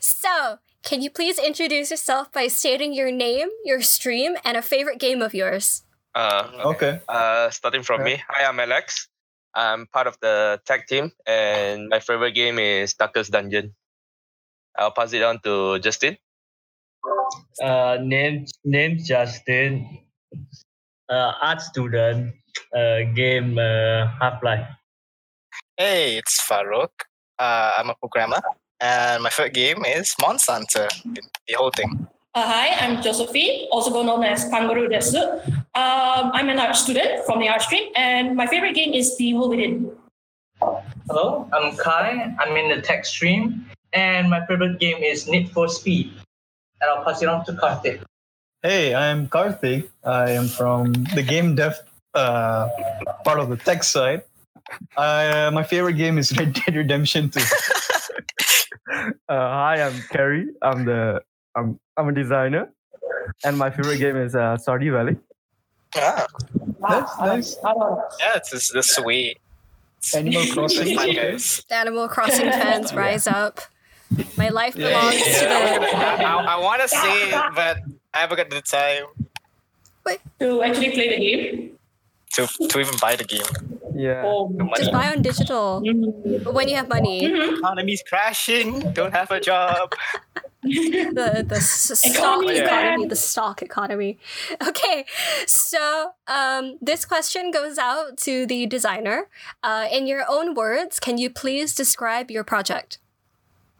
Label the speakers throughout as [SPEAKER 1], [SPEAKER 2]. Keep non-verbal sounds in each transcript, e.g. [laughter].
[SPEAKER 1] So, can you please introduce yourself by stating your name, your stream, and a favorite game of yours?
[SPEAKER 2] Uh,
[SPEAKER 3] Okay.
[SPEAKER 2] uh, starting from me. Hi, I'm Alex. I'm part of the tech team, and my favorite game is Darkest Dungeon. I'll pass it on to Justin.
[SPEAKER 4] Uh, name name Justin. Uh, art student. Uh, game uh, Half Life.
[SPEAKER 5] Hey, it's Farouk. Uh, I'm a programmer, and my favorite game is Monsanto. The whole thing.
[SPEAKER 6] Uh, hi, I'm Josephine, also known as Kangaroo Desu. Um, I'm an art student from the art stream, and my favorite game is The Evil Within.
[SPEAKER 4] Hello, I'm Kai. I'm in the tech stream, and my favorite game is Need for Speed. And I'll pass it on to Karthik.
[SPEAKER 3] Hey, I'm Karthik. I am from the game dev uh, part of the tech side. Uh, my favorite game is Red Dead Redemption 2.
[SPEAKER 7] [laughs] Uh, hi, I'm Kerry. I'm the I'm I'm a designer, and my favorite game is uh, Stardew Valley.
[SPEAKER 5] Ah,
[SPEAKER 3] That's nice.
[SPEAKER 5] yeah, it's, it's, it's sweet. [laughs]
[SPEAKER 3] Animal [laughs] Crossing.
[SPEAKER 5] Fun guys.
[SPEAKER 1] Animal Crossing fans, rise up. My life
[SPEAKER 3] Yeah.
[SPEAKER 1] belongs
[SPEAKER 5] Yeah.
[SPEAKER 1] to the.
[SPEAKER 5] I, I want to say it, but I haven't got the time
[SPEAKER 6] To actually play the game.
[SPEAKER 5] to, to even buy the game.
[SPEAKER 7] Yeah.
[SPEAKER 6] Oh.
[SPEAKER 5] The money.
[SPEAKER 1] Just buy on digital.
[SPEAKER 6] Mhm.
[SPEAKER 1] But when you have money,
[SPEAKER 5] Economy's crashing. Don't have a job.
[SPEAKER 1] the, the s- stock
[SPEAKER 6] Economy,
[SPEAKER 1] economy,
[SPEAKER 6] man.
[SPEAKER 1] the stock economy. [laughs] Okay, so um, this question goes out to the designer. Uh, in your own words, can you please describe your project?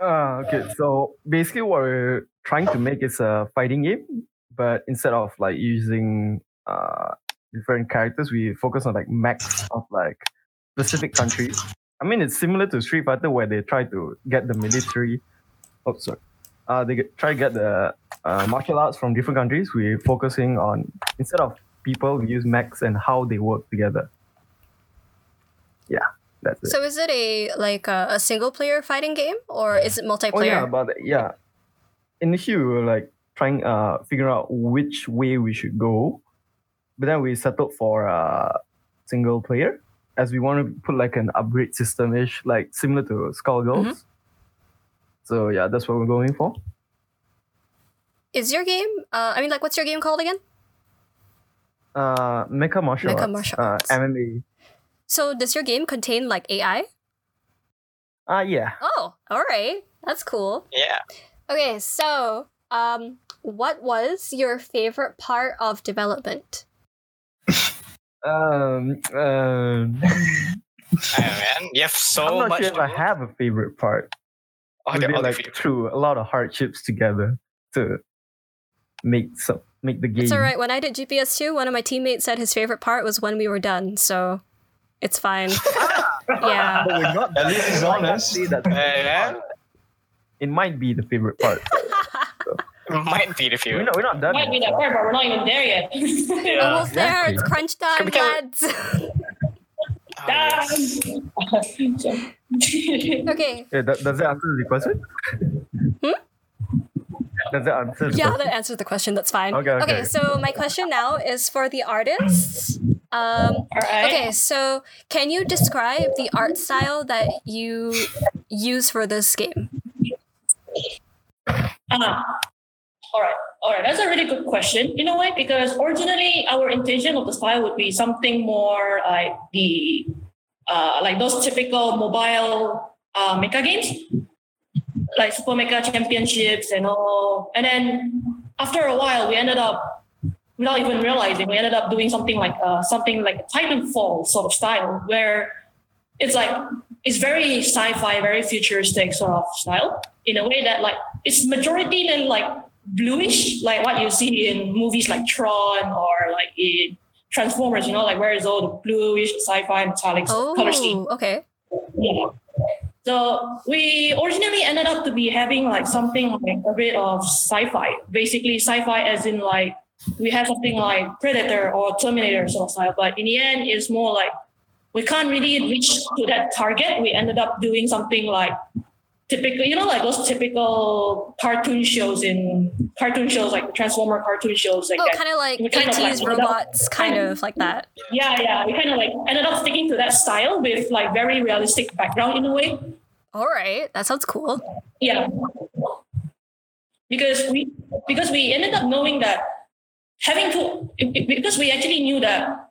[SPEAKER 7] Uh, okay. So basically, what we're trying to make is a fighting game, but instead of like using uh, different characters, we focus on like max of like specific countries. I mean, it's similar to Street Fighter where they try to get the military. Oh, sorry. Uh, they get, try to get the uh, martial arts from different countries. We're focusing on instead of people, we use max and how they work together. Yeah, that's it.
[SPEAKER 1] So is it a like a, a single player fighting game or is it multiplayer?
[SPEAKER 7] Oh yeah, but yeah. Initially we were like trying uh figure out which way we should go. But then we settled for uh single player as we want to put like an upgrade system ish, like similar to Skullgirls.
[SPEAKER 1] Mm-hmm.
[SPEAKER 7] So yeah, that's what we're going for.
[SPEAKER 1] Is your game? Uh, I mean, like, what's your game called again?
[SPEAKER 7] Uh Mecha Martial
[SPEAKER 1] Mecha
[SPEAKER 7] Arts,
[SPEAKER 1] martial arts.
[SPEAKER 7] Uh, MMA.
[SPEAKER 1] So does your game contain like AI?
[SPEAKER 7] Ah yeah.
[SPEAKER 1] Oh, all right, that's cool.
[SPEAKER 5] Yeah.
[SPEAKER 1] Okay, so um, what was your favorite part of development?
[SPEAKER 7] Um um
[SPEAKER 5] [laughs] Oh, man. You
[SPEAKER 7] I'm
[SPEAKER 5] have so
[SPEAKER 7] not
[SPEAKER 5] much.
[SPEAKER 7] sure if I
[SPEAKER 5] to-
[SPEAKER 7] have a favorite part.
[SPEAKER 5] Oh,
[SPEAKER 7] we
[SPEAKER 5] the
[SPEAKER 7] did
[SPEAKER 5] other
[SPEAKER 7] like
[SPEAKER 5] video.
[SPEAKER 7] through a lot of hardships together to make some make the game.
[SPEAKER 1] It's all right. When I did GPS two, one of my teammates said his favorite part was when we were done. So it's fine.
[SPEAKER 7] [laughs]
[SPEAKER 1] yeah.
[SPEAKER 7] But we're not
[SPEAKER 3] At least he's
[SPEAKER 7] I can't
[SPEAKER 3] honest.
[SPEAKER 7] say that's the
[SPEAKER 5] Yeah,
[SPEAKER 7] favorite
[SPEAKER 5] yeah.
[SPEAKER 7] part. It might be the favorite part.
[SPEAKER 5] Might be the few.
[SPEAKER 7] We're not, we're not done.
[SPEAKER 6] Might be that part, but we're not even there yet. [laughs]
[SPEAKER 1] Almost there. It's crunch time,
[SPEAKER 5] Can we get-
[SPEAKER 1] lads. [laughs]
[SPEAKER 5] Oh,
[SPEAKER 6] Ah.
[SPEAKER 5] yes.
[SPEAKER 6] [laughs]
[SPEAKER 1] okay.
[SPEAKER 7] Yeah, that, Eh, does that answer the question? Does that answer the
[SPEAKER 1] Yeah,
[SPEAKER 7] question?
[SPEAKER 1] that answers the question. That's fine.
[SPEAKER 7] Okay, okay.
[SPEAKER 1] okay so my question now is for the artists. Um,
[SPEAKER 6] All right.
[SPEAKER 1] Okay, so can you describe the art style that you use for this game?
[SPEAKER 6] Uh-huh. All right. All right. That's a really good question in a way because originally our intention of the style would be something more like the uh, like those typical mobile uh, mecha games, like Super Mecha Championships and all. And then after a while, we ended up without even realizing we ended up doing something like uh, something like Titanfall sort of style where it's like it's very sci-fi, very futuristic sort of style in a way that like it's majority then like bluish, like what you see in movies like Tron or like in Transformers, you know, like where is all the bluish sci-fi metallic color scheme.
[SPEAKER 1] Oh, okay.
[SPEAKER 6] Yeah. So we originally ended up to be having like something like a bit of sci-fi. Basically, sci-fi as in like we have something like Predator or Terminator sort of style, but in the end, it's more like we can't really reach to that target. We ended up doing something like typical, you know, like those typical cartoon shows in cartoon shows like Transformer cartoon shows like
[SPEAKER 1] Oh,
[SPEAKER 6] that.
[SPEAKER 1] kind of like
[SPEAKER 6] We kind of
[SPEAKER 1] 80s
[SPEAKER 6] like-
[SPEAKER 1] robots, kind of like that.
[SPEAKER 6] yeah, yeah. We kind of like ended up sticking to that style with like very realistic background in a way.
[SPEAKER 1] All right, that sounds cool.
[SPEAKER 6] Yeah. because we because we ended up knowing that having two because we actually knew that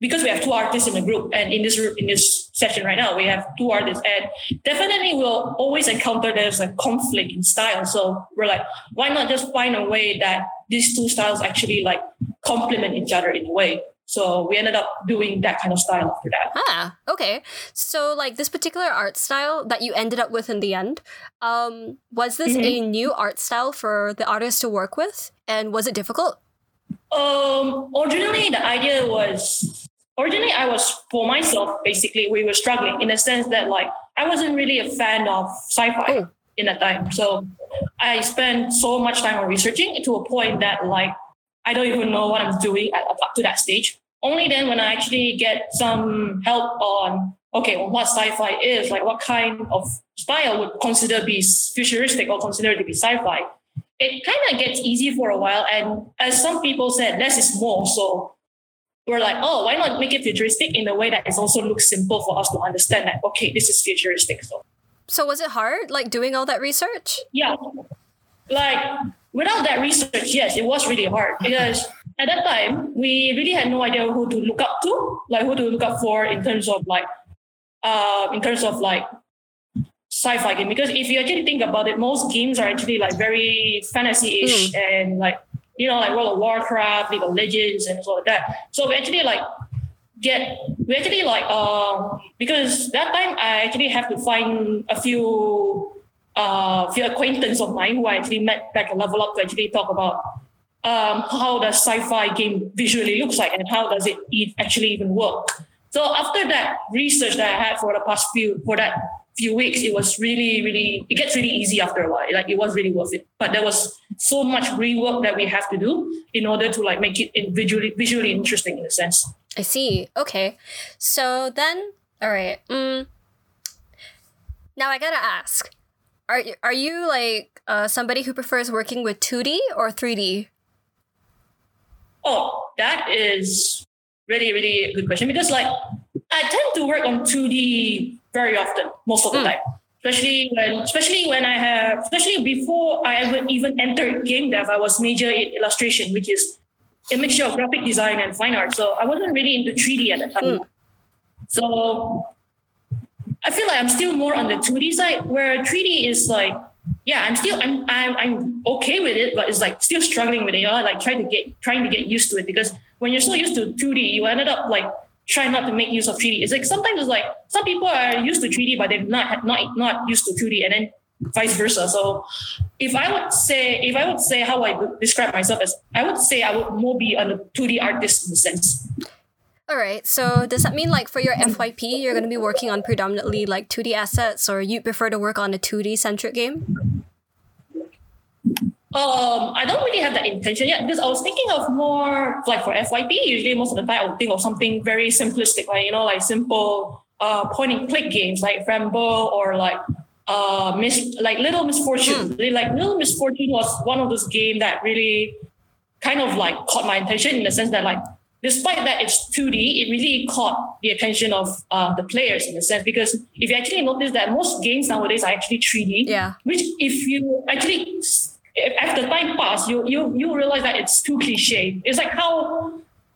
[SPEAKER 6] because we have two artists in the group and in this ru- in this session right now we have two artists and definitely we'll always encounter there's a conflict in style so we're like why not just find a way that these two styles actually like complement each other in a way so we ended up doing that kind of style after that
[SPEAKER 1] Ah, okay. So like this particular art style that you ended up with in the end, um, was this a
[SPEAKER 6] Mm-hmm.
[SPEAKER 1] new art style for the artist to work with? And was it difficult?
[SPEAKER 6] Um, originally the idea was originally I was for myself basically we were struggling in the sense that like I wasn't really a fan of sci-fi
[SPEAKER 1] Oh.
[SPEAKER 6] in that time. So I spent so much time on researching to a point that like I don't even know what I'm doing at, up up to that stage. Only then when I actually get some help on okay on what sci-fi is, like what kind of style would consider be futuristic or considered to be sci-fi it kind of gets easy for a while. And as some people said, less is more. So we're like, oh, why not make it futuristic in a way that it also looks simple for us to understand that, okay, this is futuristic. So
[SPEAKER 1] So was it hard, like doing all that research?
[SPEAKER 6] yeah, like without that research, yes, it was really hard because at that time we really had no idea who to look up to, like who to look up for in terms of like, uh, in terms of like sci-fi game. Because if you actually think about it, most games are actually like very fantasy-ish and like you know like World of Warcraft, League of Legends, and all of that. So we actually like get we actually like um because that time I actually have to find a few uh, few acquaintance of mine who I actually met back at Level Up to actually talk about um, how does sci-fi game visually looks like and how does it e- actually even work. So after that research that I had for the past few for that few weeks, it was really really it gets really easy after a while. Like it was really worth it. But there was so much rework that we have to do in order to like make it in visually visually interesting in a sense.
[SPEAKER 1] I see. Okay. So then, all right. Mm, now I gotta ask: Are you, are you like uh, somebody who prefers working with two D or three D?
[SPEAKER 6] Oh, that is really, really a good question because, like, I tend to work on 2D very often, most of the
[SPEAKER 1] Mm.
[SPEAKER 6] time. Especially when, especially when I have, especially before I ever even entered game dev, I was major in illustration, which is a mixture of graphic design and fine art. So I wasn't really into 3D at that time. So I feel like I'm still more on the 2D side, where 3D is like, yeah, I'm still I'm I'm, I'm okay with it, but it's like still struggling with it. You know, like trying to get trying to get used to it because when you're so used to 2D, you ended up like trying not to make use of 3D. It's like sometimes it's like some people are used to 3D, but they've not had not not used to 2D, and then vice versa. So if I would say if I would say how I would describe myself as I would say I would more be a 2D artist in the sense.
[SPEAKER 1] All right. So does that mean like for your FYP, you're gonna be working on predominantly like two D assets, or you prefer to work on a two D centric game?
[SPEAKER 6] Um, I don't really have that intention yet because I was thinking of more like for FYP. Usually, most of the time, I would think of something very simplistic, like you know, like simple uh, point and click games like Rambo or like uh, Miss, like Little Misfortune. Really, Like Little Misfortune was one of those games that really kind of like caught my attention in the sense that like despite that it's 2D, it really caught the attention of uh, the players in a sense because if you actually notice that most games nowadays are actually 3D
[SPEAKER 1] Yeah.
[SPEAKER 6] which if you actually if after time pass you you you realize that it's too cliche it's like how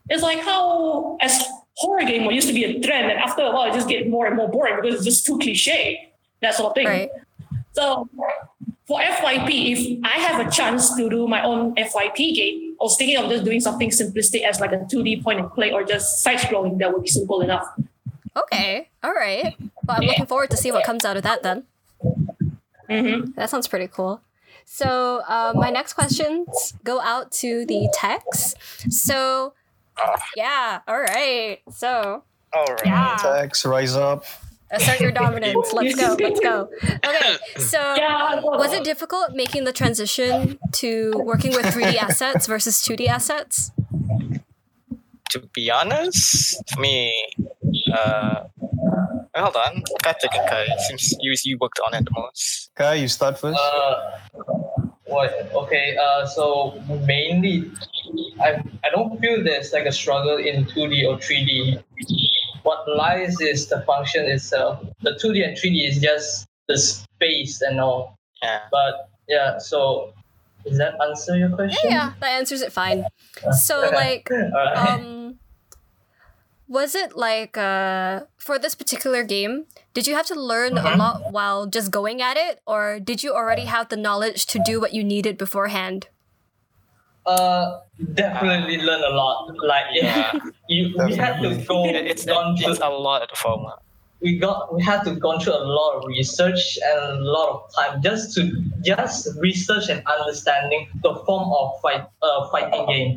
[SPEAKER 6] it's like how as horror game what used to be a trend and after a while it just get more and more boring because it's just too cliche that sort of thing
[SPEAKER 1] Right.
[SPEAKER 6] so for fyp if i have a chance to do my own fyp game i was thinking of just doing something simplistic as like a 2d point and play or just side scrolling that would be simple enough
[SPEAKER 1] Um, Okay. All right. Well, I'm looking forward to see what comes out of that then.
[SPEAKER 6] Mhm.
[SPEAKER 1] That sounds pretty cool. So uh, my next questions go out to the techs. So yeah, all right. So
[SPEAKER 5] All right.
[SPEAKER 1] yeah,
[SPEAKER 3] Attacks, rise up.
[SPEAKER 1] assert your dominance. Let's go. Let's go. Okay. So
[SPEAKER 6] yeah
[SPEAKER 1] was
[SPEAKER 6] [laughs]
[SPEAKER 1] it difficult making the transition to working with 3D assets versus 2D assets?
[SPEAKER 5] to be honest, for me, uh, hold on, Karthik and Kai, seems you you worked on it the most.
[SPEAKER 3] Kai, you start first.
[SPEAKER 4] Uh, what? Okay. Uh, so mainly, I I don't feel there's like a struggle in 2D or 3D. What lies is the function itself. The 2D and 3D is just the space and all.
[SPEAKER 5] Yeah,
[SPEAKER 4] But yeah, so Does that answer your question?
[SPEAKER 1] Yeah, that answers it fine. So like
[SPEAKER 4] Alright.
[SPEAKER 1] um [laughs] was it like uh for this particular game, did you have to learn a
[SPEAKER 4] Mhm.
[SPEAKER 1] lot while just going at it or did you already have the knowledge to do what you needed beforehand?
[SPEAKER 4] Uh, definitely learn a lot. Like yeah,
[SPEAKER 5] Yeah.
[SPEAKER 4] [laughs] you, we had to go
[SPEAKER 5] It- it's,
[SPEAKER 4] down
[SPEAKER 5] not,
[SPEAKER 4] to
[SPEAKER 5] it's a lot of the format.
[SPEAKER 4] we got we had to go through a lot of research and a lot of time just to just research and understanding the form of fight uh, fighting game.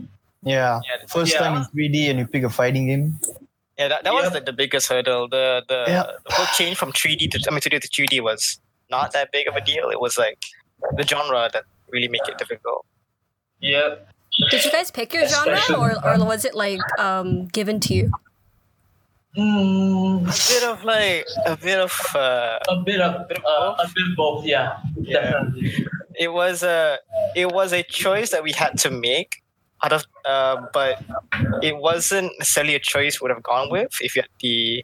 [SPEAKER 3] Yeah.
[SPEAKER 5] Yeah,
[SPEAKER 3] First
[SPEAKER 4] Yeah.
[SPEAKER 3] time in 3D and you pick a fighting game.
[SPEAKER 5] yeah that, that was
[SPEAKER 4] Yep.
[SPEAKER 5] the, the biggest hurdle. The the,
[SPEAKER 3] Yeah.
[SPEAKER 5] the whole change from 3D to I mean 2D to 3D was not that big of a deal. It was like the genre that really make it difficult.
[SPEAKER 4] Yep.
[SPEAKER 1] Did you guys pick your genre
[SPEAKER 4] Especially-
[SPEAKER 1] or, or was it like um given to you?
[SPEAKER 4] Mm,
[SPEAKER 5] A bit of like a bit of uh,
[SPEAKER 4] a bit of
[SPEAKER 5] Bit of
[SPEAKER 4] uh, a bit of both. Yeah,
[SPEAKER 5] Yeah.
[SPEAKER 4] definitely.
[SPEAKER 5] it was a it was a choice that we had to make out of uh, but it wasn't necessarily a choice we would have gone with if you had the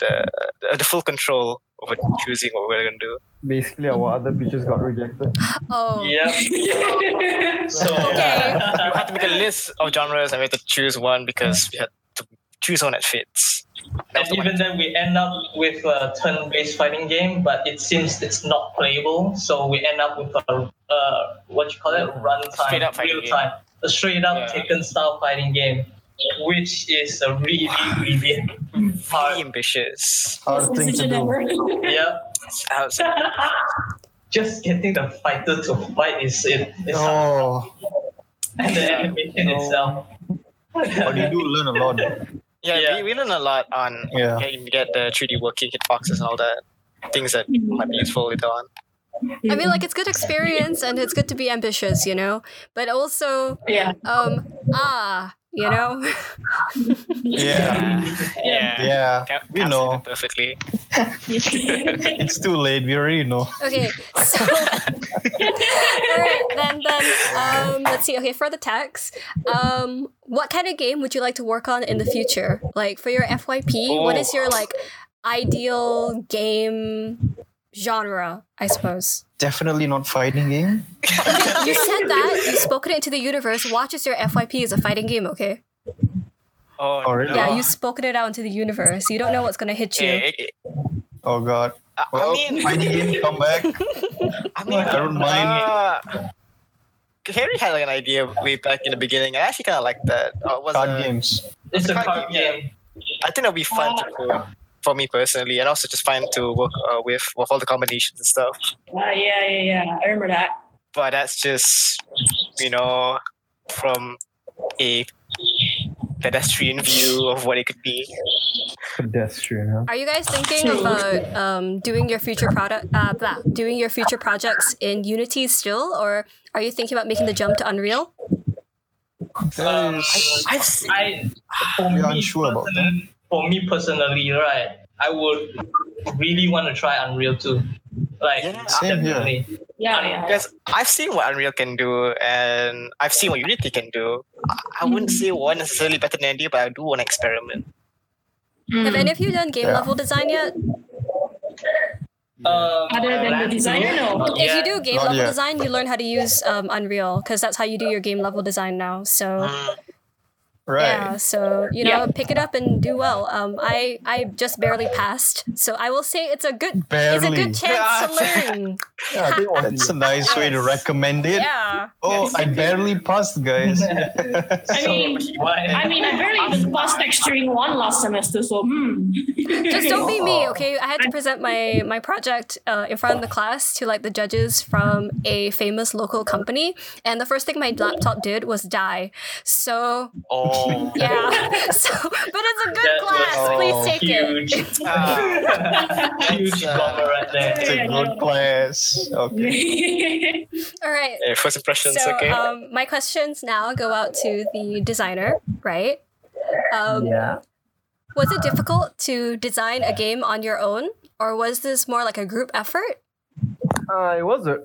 [SPEAKER 5] the the, the full control over choosing what we we're gonna do.
[SPEAKER 7] Basically, our other pitches got rejected.
[SPEAKER 1] Oh. [laughs]
[SPEAKER 4] Yep. So
[SPEAKER 1] Okay.
[SPEAKER 5] We uh, had to make a list of genres and we had to choose one because we had to choose one that fits.
[SPEAKER 4] And
[SPEAKER 5] That was the one.
[SPEAKER 4] even then, we end up with a turn-based fighting game, but it seems it's not playable. So we end up with a uh, what you call it,
[SPEAKER 5] Straight
[SPEAKER 4] runtime,
[SPEAKER 5] up fighting
[SPEAKER 4] real time, a straight up
[SPEAKER 5] Yeah.
[SPEAKER 4] Taken style fighting game, which is a really really
[SPEAKER 5] Really
[SPEAKER 4] hard.
[SPEAKER 5] ambitious.
[SPEAKER 3] Hard thing to do.
[SPEAKER 4] Yeah,
[SPEAKER 5] I was like,
[SPEAKER 4] just getting the fighter to fight is it. It's hard.
[SPEAKER 3] Oh,
[SPEAKER 4] And the animation
[SPEAKER 7] No.
[SPEAKER 4] itself.
[SPEAKER 3] but you do learn a lot.
[SPEAKER 5] yeah,
[SPEAKER 4] Yeah.
[SPEAKER 5] We, we learn a lot on
[SPEAKER 3] Yeah.
[SPEAKER 5] getting get the 3D working hitboxes and all that. Things that might be useful later on.
[SPEAKER 1] I mean like it's good experience and it's good to be ambitious, you know? But also
[SPEAKER 6] [laughs] yeah.
[SPEAKER 1] um ah, you know?
[SPEAKER 3] Yeah.
[SPEAKER 5] Yeah.
[SPEAKER 3] Yeah.
[SPEAKER 5] Cap-
[SPEAKER 3] We
[SPEAKER 5] captured
[SPEAKER 3] know.
[SPEAKER 5] it Perfectly.
[SPEAKER 6] Uh,
[SPEAKER 3] It's too late. We already know.
[SPEAKER 1] Okay, so [laughs] Alright, then then um let's see. Okay, for the text, um, what kind of game would you like to work on in the future? Like for your FYP, what is your like ideal game genre? I suppose
[SPEAKER 3] Definitely not fighting game.
[SPEAKER 1] you said that you spoke it into the universe. Watch as your FYP is a fighting game. Okay,
[SPEAKER 5] Oh,
[SPEAKER 3] Oh, really?
[SPEAKER 1] yeah, you've spoken it out into the universe. You don't know what's gonna hit you.
[SPEAKER 5] Okay, it-
[SPEAKER 3] Oh god.
[SPEAKER 5] I, I
[SPEAKER 3] Well,
[SPEAKER 5] mean,
[SPEAKER 3] fighting game, come
[SPEAKER 5] [laughs]
[SPEAKER 3] back.
[SPEAKER 5] I mean,
[SPEAKER 3] I don't mind.
[SPEAKER 5] Uh, Harry had like an idea way back in the beginning. I actually kind of like that. Uh, it was
[SPEAKER 3] Card
[SPEAKER 5] a-
[SPEAKER 3] games.
[SPEAKER 4] [laughs] It's a
[SPEAKER 5] Card
[SPEAKER 4] card
[SPEAKER 5] game.
[SPEAKER 4] game.
[SPEAKER 5] I think it'll be fun to do for me personally, and also just fun to work uh, with with all the combinations and stuff.
[SPEAKER 6] Uh, yeah, yeah, yeah. I remember that.
[SPEAKER 5] But that's just you know from a pedestrian view of what it could be.
[SPEAKER 7] Pedestrian, huh?
[SPEAKER 1] Are you guys thinking about um, doing your future product, uh, blah, doing your future projects in Unity still, or are you thinking about making the jump to Unreal?
[SPEAKER 4] Um,
[SPEAKER 3] That
[SPEAKER 5] Uh,
[SPEAKER 3] is,
[SPEAKER 5] I've seen,
[SPEAKER 4] I for
[SPEAKER 3] We're
[SPEAKER 4] me
[SPEAKER 3] unsure about that.
[SPEAKER 4] person- For me personally, right, I would really want to try Unreal too. Like
[SPEAKER 5] Yeah,
[SPEAKER 3] same here.
[SPEAKER 4] definitely.
[SPEAKER 6] Yeah, yeah.
[SPEAKER 5] because I've seen what Unreal can do, and I've seen what Unity can do. I, I wouldn't say one necessarily better than the other, but I do want to experiment.
[SPEAKER 1] Have any of you done game
[SPEAKER 3] Yeah.
[SPEAKER 1] level design yet?
[SPEAKER 4] Um,
[SPEAKER 6] Other than the designer, no.
[SPEAKER 1] If you do game
[SPEAKER 3] Not
[SPEAKER 1] level
[SPEAKER 3] yet.
[SPEAKER 1] design, you learn how to use um, Unreal because that's how you do your game level design now. So
[SPEAKER 5] Mm,
[SPEAKER 3] right.
[SPEAKER 1] yeah, so you know, pick it up and do well. Um, I I just barely passed, so I will say it's a good it's a
[SPEAKER 3] Barely.
[SPEAKER 1] good [laughs] chance to learn.
[SPEAKER 7] Yeah, I think
[SPEAKER 3] That's a nice way to recommend it.
[SPEAKER 1] Yeah.
[SPEAKER 3] Oh, I barely passed,
[SPEAKER 7] [laughs]
[SPEAKER 3] guys.
[SPEAKER 6] I mean, I mean, I barely even passed texturing one last semester, so hmm.
[SPEAKER 1] just don't be me
[SPEAKER 4] Oh.
[SPEAKER 1] okay i had to present my my project uh, in front of the class to like the judges from a famous local company and the first thing my laptop did was die so
[SPEAKER 5] oh,
[SPEAKER 1] yeah [laughs] so but it's a good
[SPEAKER 4] That was
[SPEAKER 1] class please
[SPEAKER 3] all
[SPEAKER 1] take it
[SPEAKER 4] huge,
[SPEAKER 6] Uh. [laughs]
[SPEAKER 5] Ah,
[SPEAKER 3] [laughs]
[SPEAKER 4] huge
[SPEAKER 5] uh,
[SPEAKER 4] bummer right there.
[SPEAKER 3] It's a good class. Okay.
[SPEAKER 1] all right
[SPEAKER 5] eh, first impressions,
[SPEAKER 1] so
[SPEAKER 5] okay?
[SPEAKER 1] um, my questions now go out to the designer right um,
[SPEAKER 7] Yeah.
[SPEAKER 1] was it difficult to design a game on your own or was this more like a group effort
[SPEAKER 7] Uh, it was a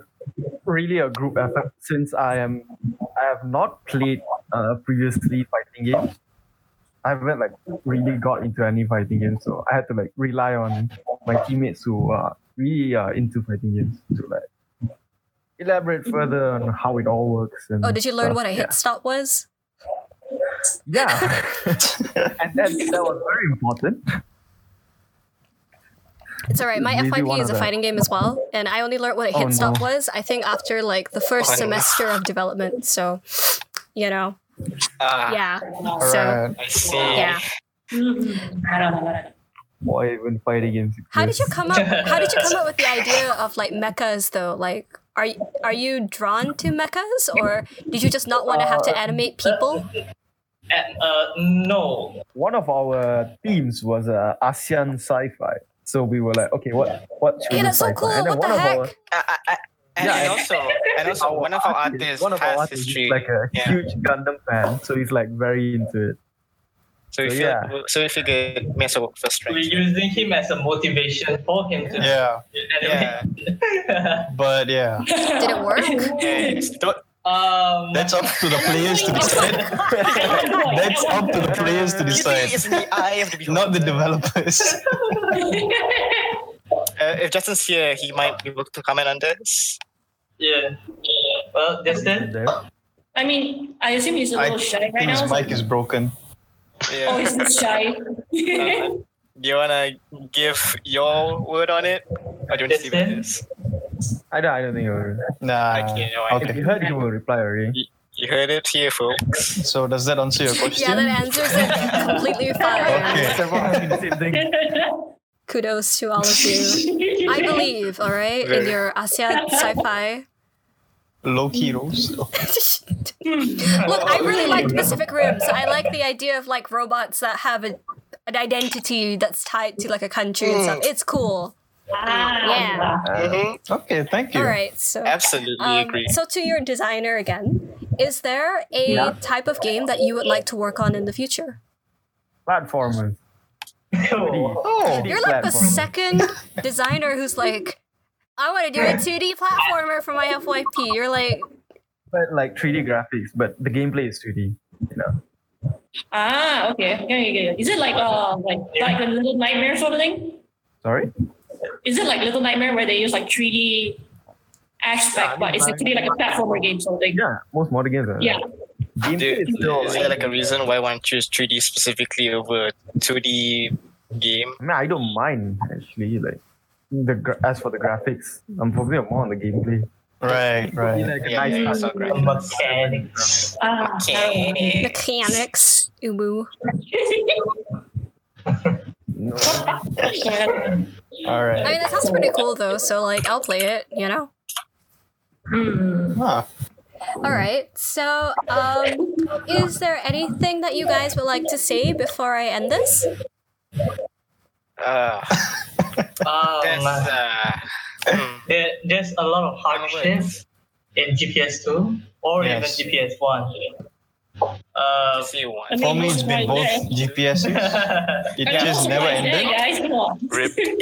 [SPEAKER 7] really a group effort since I am I have not played uh, previously fighting games. I haven't like really got into any fighting games, so I had to like rely on my teammates who are really uh, into fighting games to like elaborate further on how it all works. And
[SPEAKER 1] Oh, did you learn
[SPEAKER 7] stuff.
[SPEAKER 1] what a hit stop was?
[SPEAKER 7] Yeah.
[SPEAKER 1] [laughs]
[SPEAKER 7] yeah. and that, that was very important.
[SPEAKER 1] It's all right. My
[SPEAKER 7] Maybe
[SPEAKER 1] FYP
[SPEAKER 7] one
[SPEAKER 1] is
[SPEAKER 7] of
[SPEAKER 1] a
[SPEAKER 7] the-
[SPEAKER 1] fighting game as well, and I only learned what a hit
[SPEAKER 7] Oh,
[SPEAKER 1] stop
[SPEAKER 7] no.
[SPEAKER 1] was. I think after like the first
[SPEAKER 5] Oh, no.
[SPEAKER 1] semester of development. So, you know,
[SPEAKER 5] Ah,
[SPEAKER 1] yeah.
[SPEAKER 3] All
[SPEAKER 1] so
[SPEAKER 3] right.
[SPEAKER 5] I see.
[SPEAKER 1] yeah.
[SPEAKER 7] Why even fighting games?
[SPEAKER 1] How did you come up? How did you come up with the idea of like mechas though? Like, are y- are you drawn to mechas, or did you just not want to have
[SPEAKER 7] Uh,
[SPEAKER 1] to animate people?
[SPEAKER 4] And, uh, no.
[SPEAKER 7] One of our themes was uh, ASEAN sci-fi. So we were like, okay, what what should
[SPEAKER 1] Hey,
[SPEAKER 7] we
[SPEAKER 1] that's so
[SPEAKER 7] sci-fi?
[SPEAKER 1] cool.
[SPEAKER 7] And then
[SPEAKER 1] What the
[SPEAKER 7] one of
[SPEAKER 1] heck?
[SPEAKER 7] our
[SPEAKER 5] I- I- I- and,
[SPEAKER 7] Yeah,
[SPEAKER 5] and
[SPEAKER 7] and-
[SPEAKER 5] also, and also one of our artists
[SPEAKER 7] one of our
[SPEAKER 5] has
[SPEAKER 7] artists
[SPEAKER 5] history.
[SPEAKER 7] is like a
[SPEAKER 5] Yeah.
[SPEAKER 7] huge Gundam fan, so he's like very into it.
[SPEAKER 5] so we
[SPEAKER 7] so
[SPEAKER 5] feel,
[SPEAKER 7] yeah.
[SPEAKER 5] so we figured Mesa work first,
[SPEAKER 4] We're
[SPEAKER 5] right?
[SPEAKER 4] using him as a motivation for him to
[SPEAKER 3] Yeah,
[SPEAKER 5] Yeah.
[SPEAKER 4] yeah.
[SPEAKER 3] but yeah,
[SPEAKER 1] Did it
[SPEAKER 6] [laughs]
[SPEAKER 1] work?
[SPEAKER 5] Yes. Don't-
[SPEAKER 4] um,
[SPEAKER 3] that's up to the players to decide. That's up to the players to
[SPEAKER 5] you
[SPEAKER 3] decide,
[SPEAKER 5] think it's in the eye of the beholder.
[SPEAKER 3] not the developers.
[SPEAKER 5] Uh, if Justin's here, he might be able to comment on this.
[SPEAKER 4] yeah. Well, [laughs] Justin,
[SPEAKER 7] There.
[SPEAKER 6] I mean, I assume he's a
[SPEAKER 3] I
[SPEAKER 6] little shy right
[SPEAKER 3] think
[SPEAKER 6] now.
[SPEAKER 3] his mic is broken.
[SPEAKER 6] Oh,
[SPEAKER 5] Yeah.
[SPEAKER 6] he's just
[SPEAKER 3] [laughs]
[SPEAKER 6] shy.
[SPEAKER 5] Uh, do you wanna give your word on it, or do you wanna see what it is?
[SPEAKER 7] I don't. I don't think it will.
[SPEAKER 3] Nah.
[SPEAKER 5] Okay, no, I-
[SPEAKER 7] If
[SPEAKER 3] Okay.
[SPEAKER 7] you heard, you will reply already.
[SPEAKER 5] You heard it here, folks.
[SPEAKER 3] So does that answer
[SPEAKER 6] [laughs]
[SPEAKER 3] your question?
[SPEAKER 1] Yeah, that answers it completely fine.
[SPEAKER 3] Okay.
[SPEAKER 7] Everyone has been the same thing.
[SPEAKER 1] Kudos to all of you. I believe, all right, in your ASEAN sci-fi.
[SPEAKER 3] Low key rules.
[SPEAKER 1] [laughs] Look, I really
[SPEAKER 5] [laughs]
[SPEAKER 1] liked Pacific Rim, so I like the idea of like robots that have a, an identity that's tied to like a country and stuff. It's cool.
[SPEAKER 6] Ah. yeah.
[SPEAKER 5] Mhm.
[SPEAKER 3] Okay, thank you.
[SPEAKER 1] All right, so
[SPEAKER 5] Absolutely
[SPEAKER 1] um,
[SPEAKER 5] agree.
[SPEAKER 1] so to your designer again, is there a
[SPEAKER 7] Yeah.
[SPEAKER 1] type of game that you would like to work on in the future?
[SPEAKER 7] Platformers.
[SPEAKER 3] Oh,
[SPEAKER 1] You're like the
[SPEAKER 7] platformer.
[SPEAKER 1] second designer who's like, I want to do a 2D platformer for my FYP. You're like,
[SPEAKER 7] But like 3D graphics, but the gameplay is 2D. You know.
[SPEAKER 6] Ah, okay. Yeah, yeah, yeah. Is it like uh like like a little nightmare sort of thing?
[SPEAKER 7] Sorry.
[SPEAKER 6] Is it like Little Nightmare where they use like 3D aspect, but it's actually like a platformer game sort of thing?
[SPEAKER 7] Yeah, most modern games are.
[SPEAKER 6] Yeah.
[SPEAKER 7] Gameplay
[SPEAKER 5] Do,
[SPEAKER 7] is still.
[SPEAKER 5] is there like a reason why one choose 3D specifically over 2D game?
[SPEAKER 7] I mean, I don't mind actually. Like the gra- as for the graphics, I'm probably more on the gameplay.
[SPEAKER 3] right,
[SPEAKER 7] Be
[SPEAKER 3] right.
[SPEAKER 7] like a
[SPEAKER 5] Yeah, yeah,
[SPEAKER 7] nice
[SPEAKER 5] it's all great.
[SPEAKER 4] mechanics.
[SPEAKER 6] Ah,
[SPEAKER 3] [laughs]
[SPEAKER 5] Okay.
[SPEAKER 1] mechanics, umu.
[SPEAKER 7] No.
[SPEAKER 3] All
[SPEAKER 1] I
[SPEAKER 3] right.
[SPEAKER 1] mean, that sounds pretty cool though, so like, I'll play it, you know?
[SPEAKER 3] Huh.
[SPEAKER 1] All right. So, um, is there anything that you guys would like to say before I end this?
[SPEAKER 5] Uh, that's,
[SPEAKER 4] Um,
[SPEAKER 5] uh, hmm.
[SPEAKER 4] there, there's a lot of hardships in GPS 2 or
[SPEAKER 3] Yes.
[SPEAKER 4] even GPS 1. Uh,
[SPEAKER 5] see one.
[SPEAKER 6] I mean,
[SPEAKER 3] For me, it's been both
[SPEAKER 6] right [laughs]
[SPEAKER 3] GPSs.
[SPEAKER 4] Uh, [laughs]
[SPEAKER 3] It
[SPEAKER 6] there.
[SPEAKER 3] just never
[SPEAKER 6] Right there,
[SPEAKER 3] ended.
[SPEAKER 6] guys, come on.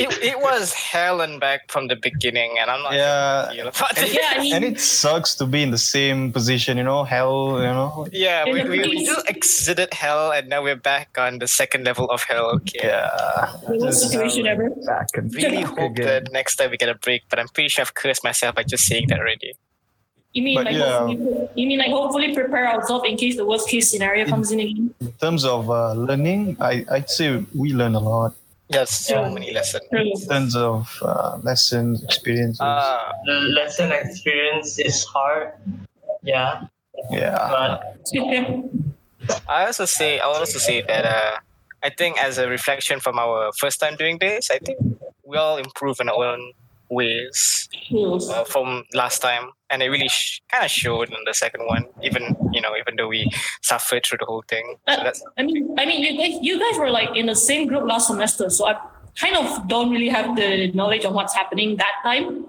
[SPEAKER 5] It, it was hell and back from the beginning, and I'm not
[SPEAKER 3] Yeah.
[SPEAKER 5] feel about it.
[SPEAKER 6] Yeah, I mean,
[SPEAKER 3] And it sucks to be in the same position, you know, hell, you know.
[SPEAKER 5] [laughs] Yeah, we,
[SPEAKER 6] And
[SPEAKER 5] we, we
[SPEAKER 6] please-
[SPEAKER 5] just exited hell, and now we're back on the second level of hell. Okay.
[SPEAKER 3] Yeah.
[SPEAKER 6] the worst
[SPEAKER 3] uh,
[SPEAKER 6] situation ever.
[SPEAKER 7] Back and
[SPEAKER 5] Really
[SPEAKER 7] back
[SPEAKER 5] hope
[SPEAKER 7] again.
[SPEAKER 5] that next time we get a break, but I'm pretty sure I've cursed myself by just saying that already.
[SPEAKER 6] You mean
[SPEAKER 3] But
[SPEAKER 6] like
[SPEAKER 3] yeah.
[SPEAKER 6] hopefully, you mean like hopefully prepare ourselves in case the worst case scenario comes in again.
[SPEAKER 3] In terms of uh, learning, I, I'd say we learn a lot
[SPEAKER 5] There's so
[SPEAKER 6] Yeah.
[SPEAKER 5] many lessons.
[SPEAKER 6] [laughs]
[SPEAKER 3] in terms of uh, lessons, experiences.
[SPEAKER 5] Uh,
[SPEAKER 4] lesson experience is hard. Yeah,
[SPEAKER 3] yeah.
[SPEAKER 4] but
[SPEAKER 5] I also say I will also say that uh, I think as a reflection from our first time doing this, I think we all improve in our own ways uh, from last time, and it really sh- kind of showed in the second one. Even you know, even though we suffered through the whole thing, so that's
[SPEAKER 6] I mean, I mean, you guys, you guys were like in the same group last semester, so I kind of don't really have the knowledge on what's happening that time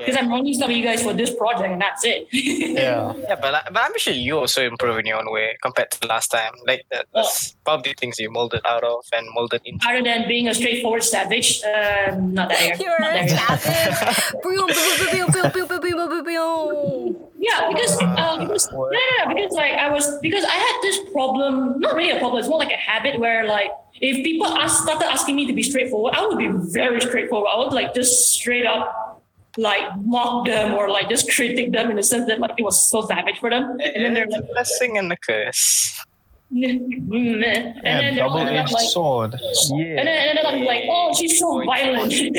[SPEAKER 6] because
[SPEAKER 5] okay.
[SPEAKER 6] I'm only studying you guys for this project, and that's it.
[SPEAKER 3] Yeah.
[SPEAKER 5] Yeah, but, I- but I'm sure you also improve in your own way compared to last time. Like that, that's probably things you molded out of and molded into.
[SPEAKER 6] [laughs] Other than being a straightforward savage, uh, not there.
[SPEAKER 1] You're
[SPEAKER 6] not
[SPEAKER 1] a
[SPEAKER 6] there.
[SPEAKER 1] savage. Boom, boom, boom, boom, boom, boom, boom, boom, boom, boom.
[SPEAKER 6] Yeah, because uh, because yeah, because like I was because I had this problem, not really a problem, it's more like a habit where like if people ask, started asking me to be straightforward, I would be very straightforward. I would like just straight up like mock them or like just critique them in the sense that like it was so savage for them. And then they're
[SPEAKER 5] It's a
[SPEAKER 6] like, [laughs]
[SPEAKER 5] blessing and a curse.
[SPEAKER 6] meh. and then they're all
[SPEAKER 8] double
[SPEAKER 6] kind of
[SPEAKER 8] edged
[SPEAKER 6] like,
[SPEAKER 8] sword.
[SPEAKER 7] Yeah.
[SPEAKER 6] and then, and then I'm like, oh, she's so violent.
[SPEAKER 1] They